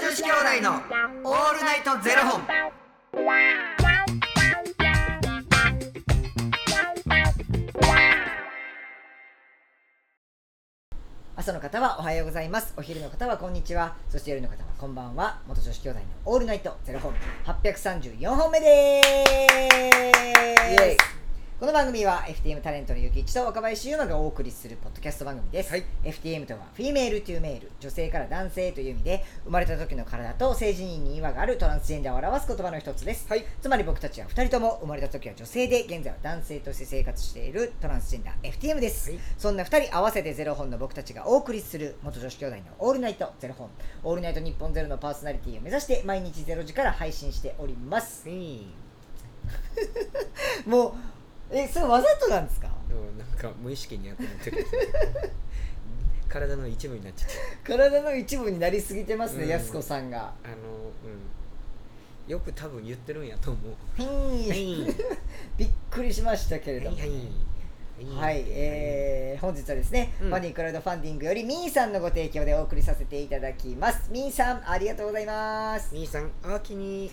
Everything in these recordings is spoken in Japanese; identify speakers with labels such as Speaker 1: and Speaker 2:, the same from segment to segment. Speaker 1: 子兄弟のオールナイトゼロ本。
Speaker 2: 朝の方はおはようございますお昼の方はこんにちはそして夜の方はこんばんは元女子兄弟のオールナイトゼロ本834本目です
Speaker 1: イエイ
Speaker 2: この番組は FTM タレントのゆきいちと若林優馬がお送りするポッドキャスト番組です、
Speaker 1: はい
Speaker 2: FTM とはフィメールというメール女性から男性という意味で生まれた時の体と性自認に違和があるトランスジェンダーを表す言葉の一つです、
Speaker 1: はい
Speaker 2: つまり僕たちは2人とも生まれた時は女性で現在は男性として生活しているトランスジェンダー FTM です、
Speaker 1: はい
Speaker 2: そんな2人合わせてゼロ本の僕たちがお送りする元女子兄弟の「オールナイトゼロ本」「オールナイト日本ゼロのパーソナリティを目指して毎日ゼロ時から配信しております もうえそれわざとなんですか
Speaker 1: でもなんか無意識にやってるって る体の一部になっちゃっ
Speaker 2: 体の一部になりすぎてますね、
Speaker 1: うん
Speaker 2: やすこさんが。
Speaker 1: たあのうんよく多分言ってるんやと思う
Speaker 2: はい
Speaker 1: はい
Speaker 2: びっくりしましたけれども、
Speaker 1: は
Speaker 2: はい、えー本日はですね、
Speaker 1: うん
Speaker 2: ファニークラウドファンディングよりみーさんのご提供でお送りさせていただきますみーさんありがとうございます
Speaker 1: 兄さんおおきに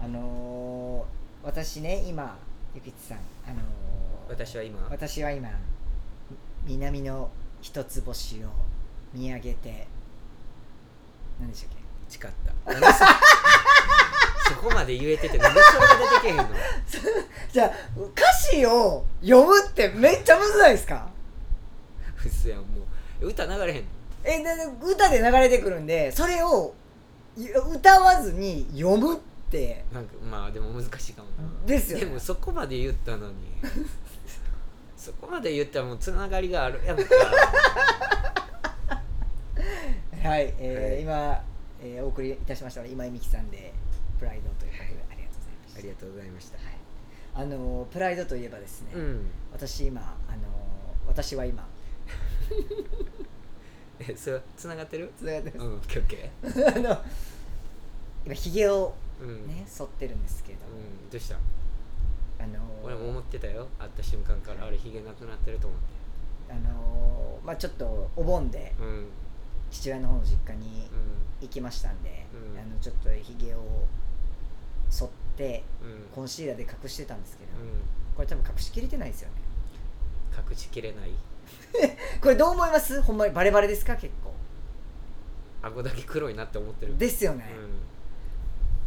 Speaker 2: あのー私ね今ゆきちさんあのー
Speaker 1: 私は今
Speaker 2: 私は今南の一つ星を見上げて何でしたっ
Speaker 1: 誓った何それそ こまで言えててなんでそれが出てけへんの
Speaker 2: けじゃあ歌詞を読むってめっちゃむずないですか
Speaker 1: うそやんもう歌流れへんの
Speaker 2: えでで歌で流れてくるんでそれをい歌わずに読むって
Speaker 1: なんかまあでも難しいかもな
Speaker 2: ですよね
Speaker 1: でもそこまで言った のにそこまで言ったらもうつながりがあるやんか
Speaker 2: はい、えー今、えーお送りいたしましたのは今井美樹さんで「プライド」ということで、ありがとうございました
Speaker 1: ありがとうございました
Speaker 2: はい、あのープライドといえばですね、
Speaker 1: うん
Speaker 2: 私今あのー私は今
Speaker 1: えそれつながってる
Speaker 2: つながって
Speaker 1: うんオッケーオッケ
Speaker 2: ます あの今ひげを
Speaker 1: ーうん、
Speaker 2: ね剃ってるんですけれど
Speaker 1: う
Speaker 2: も、
Speaker 1: ん、どうした
Speaker 2: あのー
Speaker 1: 俺も思ってたよ会った瞬間からあれヒゲなくなってると思っ
Speaker 2: あのーまあちょっとお盆で
Speaker 1: てうんうん
Speaker 2: 父親の方の実家に行きましたんで、
Speaker 1: うん
Speaker 2: あのちょっとひげを剃って
Speaker 1: うん
Speaker 2: コンシーラーで隠してたんですけど、
Speaker 1: う
Speaker 2: これ多分隠しきれてないですよね
Speaker 1: ん隠しきれない
Speaker 2: これどう思いますほんまにバレバレですか結構
Speaker 1: 顎だけ黒になって思ってる
Speaker 2: ですよね、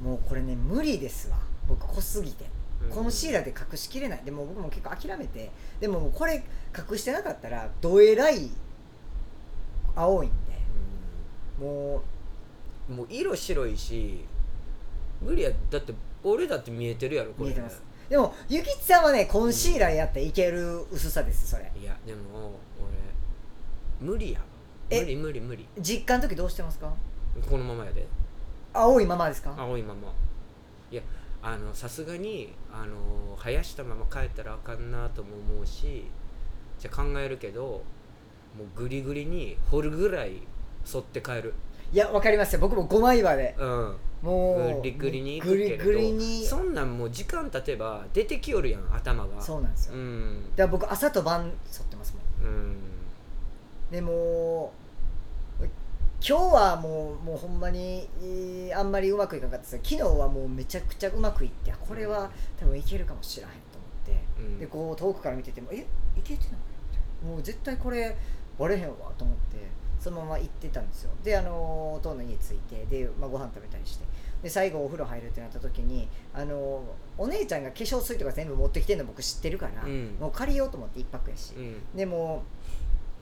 Speaker 1: う
Speaker 2: もうこれね無理ですわ僕濃すぎて
Speaker 1: んうん
Speaker 2: コンシーラーで隠しきれないでも僕も結構諦めてでももうこれ隠してなかったらどえらい青いんでも
Speaker 1: うんもう色白いし無理やだって俺だって見えてるやろ
Speaker 2: う
Speaker 1: これ
Speaker 2: 見えてますでもゆきちさんはねコンシーラーやっていける薄さですそれ
Speaker 1: いやでも俺無理や
Speaker 2: え
Speaker 1: 無理無理無理
Speaker 2: 実家の時どうしてますか
Speaker 1: このままやで
Speaker 2: 青いままですか
Speaker 1: 青いままいやあのさすがにあの生やしたまま帰ったらあかんなとも思うしじゃあ考えるけどもうグリグリに掘るぐらい剃って帰る
Speaker 2: いやわかりますよ僕も5枚刃で
Speaker 1: うん
Speaker 2: もう
Speaker 1: グリグリに行
Speaker 2: グ
Speaker 1: く
Speaker 2: リ
Speaker 1: け
Speaker 2: グリ
Speaker 1: れ
Speaker 2: に
Speaker 1: どそんなんもう時間経てば出てきよるやん頭が
Speaker 2: そうなんですよ、だ
Speaker 1: う
Speaker 2: か
Speaker 1: ん
Speaker 2: ら僕朝と晩剃ってますもん
Speaker 1: うん
Speaker 2: でも今日はもうもうほんまに、えーあんまりうまくいかなかったですけど昨日はもうめちゃくちゃうまくいってあこれは多分いけるかもしれへんと思って、
Speaker 1: うん
Speaker 2: でこう遠くから見ててもえいけてないもう絶対これ割れへんわと思ってそのまま行ってたんですよであのおとんの家着いてで、まあ、ご飯食べたりしてで最後お風呂入るってなった時にあのお姉ちゃんが化粧水とか全部持ってきてるの僕知ってるから、
Speaker 1: うん
Speaker 2: もう借りようと思って一泊やし、
Speaker 1: うん
Speaker 2: でもう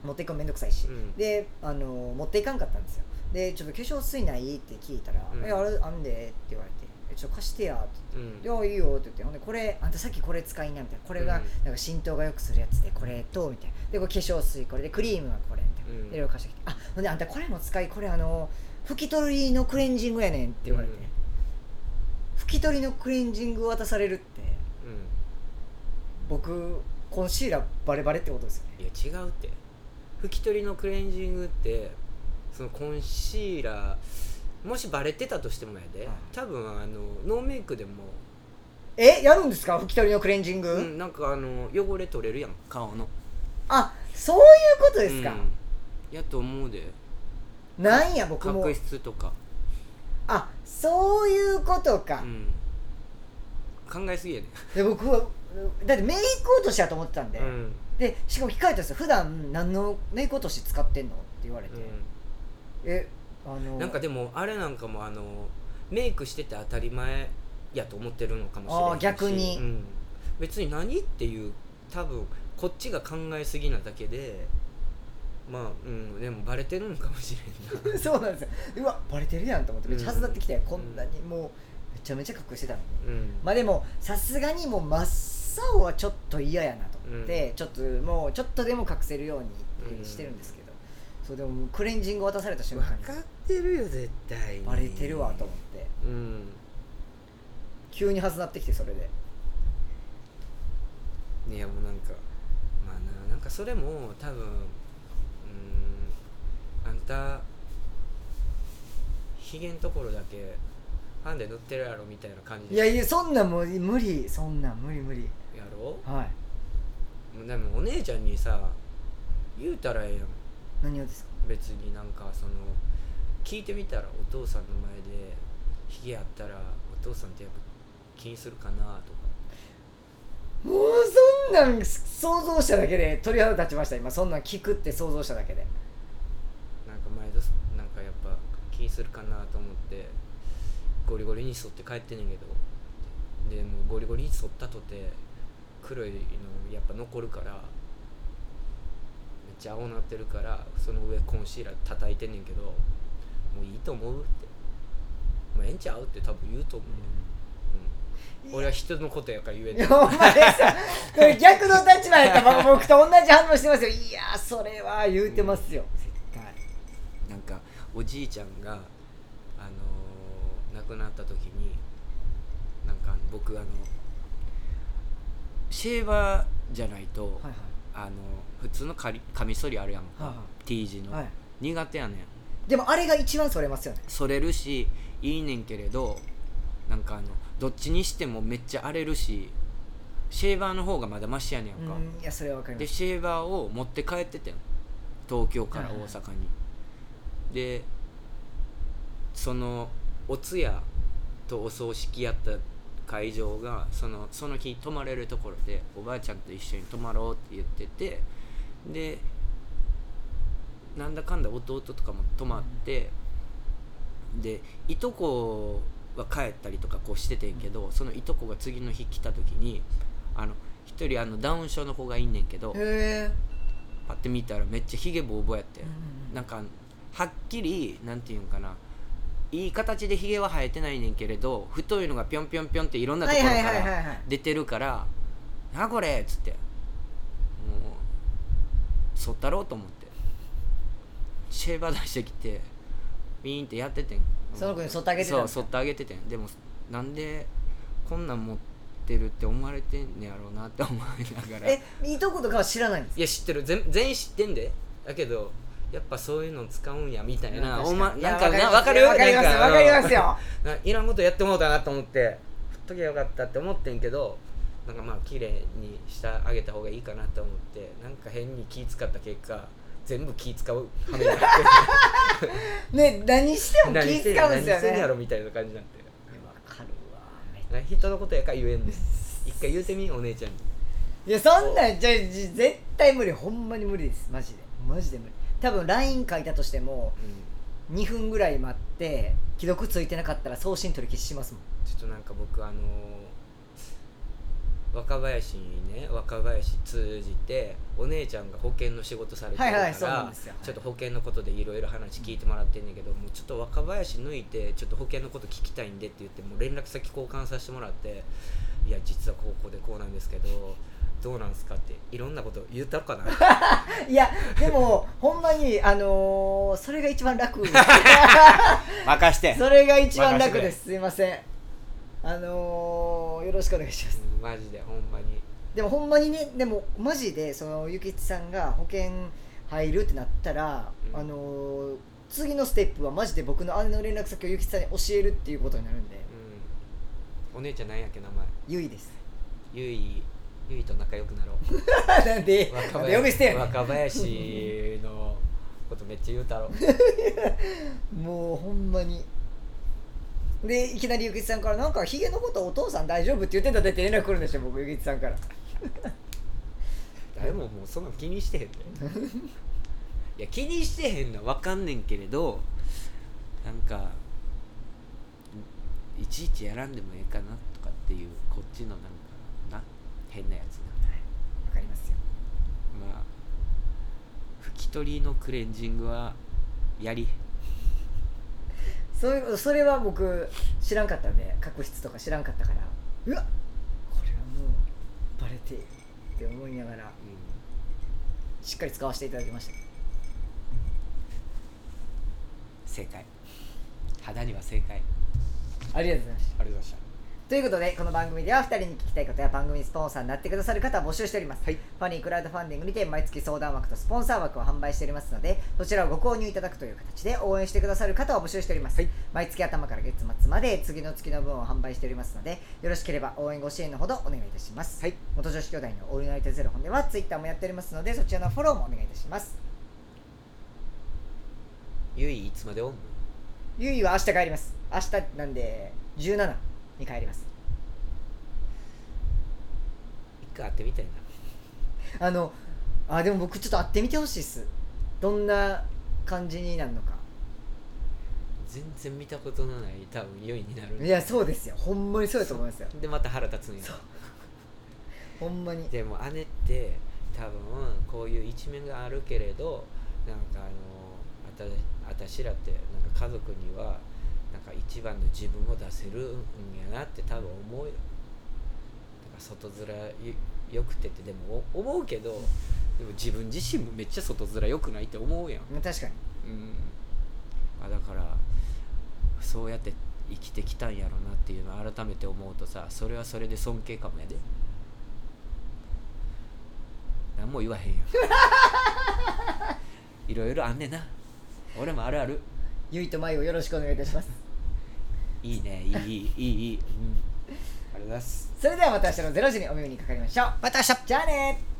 Speaker 2: 持っていくのめんどくさいし、
Speaker 1: うん
Speaker 2: であの持っていかんかったんですよでちょっと化粧水ないって聞いたら「
Speaker 1: うん
Speaker 2: えあれあんで」って言われて「えちょっと貸してや」って
Speaker 1: うん
Speaker 2: 言って「いやいいよ」って言ってほんで「これあんたさっきこれ使いな」みたいな「これ
Speaker 1: う
Speaker 2: が
Speaker 1: ん
Speaker 2: なんか浸透がよくするやつでこれと」みたいな「でこれ化粧水これでクリームはこれ」みたいな
Speaker 1: うん
Speaker 2: でいろいろ貸してきて「あほんであんたこれも使いこれあの拭き取りのクレンジングやねん」って言われて、
Speaker 1: うん
Speaker 2: 拭き取りのクレンジング渡されるって
Speaker 1: うん
Speaker 2: 僕コンシーラーバレバレってことですよね
Speaker 1: いや違うって拭き取りのクレンジングってそのコンシーラーもしバレてたとしてもや
Speaker 2: は
Speaker 1: で、
Speaker 2: い
Speaker 1: 多分あのノーメイクでも、
Speaker 2: えやるんですか拭き取りのクレンジング、
Speaker 1: うん、なんかあの汚れ取れるやん顔の
Speaker 2: あそういうことですか、
Speaker 1: うんやと思うで
Speaker 2: なんや僕も
Speaker 1: 角質とか
Speaker 2: あそういうことか、
Speaker 1: うん、考えすぎやね
Speaker 2: で僕はだってメイク落としやと思ってたんで、
Speaker 1: うん
Speaker 2: でしかも控えたんですよ普段何のメイク落とし使ってんのって言われて、えあの
Speaker 1: なんかでもあれなんかもあのメイクしてて当たり前やと思ってるのかもしれ
Speaker 2: あー
Speaker 1: ないし
Speaker 2: 逆に
Speaker 1: うん、別に何っていう多分こっちが考えすぎなだけでまあうんでもバレてるのかもしれん な
Speaker 2: そうなんですようわバレてるやんと思ってめっちゃ恥ずかってきて、
Speaker 1: うん
Speaker 2: こんなにもうめちゃめちゃ隠してたのに
Speaker 1: うん
Speaker 2: まあでもさすがにもう真っ青はちょっと嫌やなと思って、ちょっともうちょっとでも隠せるようにしてるんですけど、そうでももうクレンジング渡された瞬
Speaker 1: 分
Speaker 2: 間に
Speaker 1: かってるよ絶対に
Speaker 2: バレてるわと思って
Speaker 1: うん
Speaker 2: 急にはずなってきてそれで
Speaker 1: ねもうなんかまあななんかそれも多分うんあんたひげんところだけハンで塗ってるやろみたいな感じ
Speaker 2: いやいやそんなんもう無理そんなん無理無理
Speaker 1: やろ
Speaker 2: はい
Speaker 1: でもお姉ちゃんにさ言うたらええやん
Speaker 2: 何をですか
Speaker 1: 別になんかその聞いてみたらお父さんの前でひげあったらお父さんってやっぱ気にするかなとか
Speaker 2: もうそんなん想像しただけで鳥肌立ちました今そんなん聞くって想像しただけで
Speaker 1: なんか前ですなんかやっぱ気にするかなと思ってゴリゴリに剃って帰ってんねんけどでもうゴリゴリに剃ったとて黒いのやっぱ残るからめっちゃ青なってるからその上コンシーラー叩いてんねんけどもういいと思うってもうええんちゃうって多分言うと思う、うん俺は人のことやから言え
Speaker 2: い
Speaker 1: ん
Speaker 2: や
Speaker 1: ねん
Speaker 2: お前さこれ逆の立場やったら僕と同じ反応してますよいやーそれは言うてますよ、絶対
Speaker 1: なんかおじいちゃんが、あのー亡くなった時になんかあの僕あのシェーバーじゃないと、
Speaker 2: はい
Speaker 1: あの普通のカリカミソリあるやんか、
Speaker 2: はいは
Speaker 1: T 字の、
Speaker 2: はい、はい、
Speaker 1: 苦手やねん
Speaker 2: でもあれが一番それますよね
Speaker 1: それるしいいねんけれどなんかあのどっちにしてもめっちゃ荒れるしシェーバーの方がまだマシやねん
Speaker 2: う
Speaker 1: か、
Speaker 2: んいやそれはわかりま
Speaker 1: ですシェーバーを持って帰っててん東京から大阪に、でそのお通夜とお葬式やった会場がそのその日泊まれるところでおばあちゃんと一緒に泊まろうって言っててでなんだかんだ弟とかも泊まって、でいとこは帰ったりとかこうしててんけど、そのいとこが次の日来た時にあの一人あのダウン症の子がいんねんけど
Speaker 2: へ
Speaker 1: パッて見たらめっちゃヒゲボーボーやって
Speaker 2: え、うん
Speaker 1: なんかはっきりなんていうんかないい形でヒゲは生えてないねんけれど太いのがぴょんぴょんぴょんっていろんなと
Speaker 2: は
Speaker 1: こ
Speaker 2: い
Speaker 1: ろか
Speaker 2: はいはいはい
Speaker 1: ら
Speaker 2: はい
Speaker 1: 出てるから「なあこれ」っつってもう剃ったろうと思ってシェーバー出してきてウィーンってやっててん
Speaker 2: その子に剃ってあげてたん
Speaker 1: そ
Speaker 2: で
Speaker 1: う
Speaker 2: す
Speaker 1: 剃
Speaker 2: か
Speaker 1: ってあげててんでもなんでこんなん持ってるって思われてんねやろうなって思いながら
Speaker 2: えいとことかは知らないんです
Speaker 1: いや知ってる全全員知ってんでだけどやっぱそういうの使うんやみたいなおま
Speaker 2: いや
Speaker 1: なんかな
Speaker 2: わ
Speaker 1: 分かるよ
Speaker 2: わかりますよわかります
Speaker 1: よ
Speaker 2: よ
Speaker 1: いらんことやってもうたなと思って振っときゃよかったって思ってんけどなんかまあ綺麗にしてあげた方がいいかなと思ってなんか変に気使った結果全部気使うはめになっ て
Speaker 2: ね何しても
Speaker 1: 何
Speaker 2: 気
Speaker 1: してん
Speaker 2: 使
Speaker 1: や
Speaker 2: うんですよ
Speaker 1: 何してん
Speaker 2: ね
Speaker 1: や
Speaker 2: わ
Speaker 1: ろみたいな感じになって
Speaker 2: かるわめっ
Speaker 1: なんか人のことやから言えんねん一回言うてみお姉ちゃんに
Speaker 2: いやそんなんじゃじ絶対無理ほんまに無理ですマジでマジで無理多分 LINE 書いたとしても2分ぐらい待って既読ついてなかったら送信取り消ししますもん
Speaker 1: ちょっとなんか僕あのー若林にね若林通じてお姉ちゃんが保険の仕事されてるから、
Speaker 2: はいはいそうなんですよはい
Speaker 1: ちょっと保険のことでいろいろ話聞いてもらってんねんけど、もうちょっと若林抜いてちょっと保険のこと聞きたいんでって言ってもう連絡先交換させてもらっていや実はこうこうでこうなんですけどどうなんすかっていろんなこと言った のかな
Speaker 2: いやでも ほんまにあのーそれが一番 楽
Speaker 1: 任して
Speaker 2: それが一番楽ですすいませんあのーよろしくお願いします
Speaker 1: マジでほんまに
Speaker 2: でもほんまにねでもマジでそのゆきちさんが保険入るってなったら、
Speaker 1: うん
Speaker 2: あのー次のステップはマジで僕の姉の連絡先をゆきちさんに教えるっていうことになるんで
Speaker 1: うんお姉ちゃんなんやっけ名前
Speaker 2: ゆいです
Speaker 1: ゆいゆいと仲良くなろう
Speaker 2: なんで
Speaker 1: 若
Speaker 2: なん
Speaker 1: 林
Speaker 2: で呼び捨てやねん
Speaker 1: 若林 のことめっちゃ言うたろ
Speaker 2: もうほんまにでいきなりゆきちさんから「なんかヒゲのことお父さん大丈夫?」って言ってんだって連絡来るんでしょ僕ゆきちさんから
Speaker 1: 誰ももうそんなん気にしてへんでいや気にしてへんのは分かんねんけれどなんかいちいちやらんでもええかなとかっていうこっちのなんかな変なやつな
Speaker 2: わかりますよ
Speaker 1: まあ拭き取りのクレンジングはやり
Speaker 2: そういうそれは僕知らんかったんで角質とか知らんかったからうわこれはもうバレているって思いながら
Speaker 1: う
Speaker 2: しっかり使わせていただきました
Speaker 1: ん正解肌には正解
Speaker 2: ありがとうございました
Speaker 1: ありがとうございました
Speaker 2: ということでこの番組では2人に聞きたいことや番組スポンサーになってくださる方を募集しております、
Speaker 1: はい
Speaker 2: ファニークラウドファンディングにて毎月相談枠とスポンサー枠を販売しておりますのでそちらをご購入いただくという形で応援してくださる方を募集しております、
Speaker 1: はい
Speaker 2: 毎月頭から月末まで次の月の分を販売しておりますのでよろしければ応援ご支援のほどお願いいたします、
Speaker 1: はい
Speaker 2: 元女子兄弟のオールナイトゼロ本ではツイッターもやっておりますのでそちらのフォローもお願いいたします
Speaker 1: ゆいいつまでおんの
Speaker 2: ゆいは明日帰ります明日なんで17に帰ります
Speaker 1: 一回会ってみたいな
Speaker 2: あのあでも僕ちょっと会ってみてほしいっすどんな感じになるのか
Speaker 1: 全然見たことのない多分ゆいになる
Speaker 2: いやそうですよほんまにそうだと思いますよ
Speaker 1: でまた腹立つんや
Speaker 2: ほんまに
Speaker 1: でも姉って多分こういう一面があるけれどなんかあのあた私らってなんか家族にはなんか一番の自分を出せるんやなって多分思うよなんか外面よよくてってでもお思うけどでも自分自身もめっちゃ外面よくないって思うやん、
Speaker 2: まあ確かに
Speaker 1: うんまあ、だからそうやって生きてきたんやろなっていうのを改めて思うとさそれはそれで尊敬かもやで何も言わへんやんいろいろあんねんな俺もあるある
Speaker 2: ゆいとまいをよろしくお願いいたします
Speaker 1: いいねいいいいいいいい、うん、ありがとうございます
Speaker 2: それではまた明日の0時にお耳にかかりましょうまた明日じゃあねー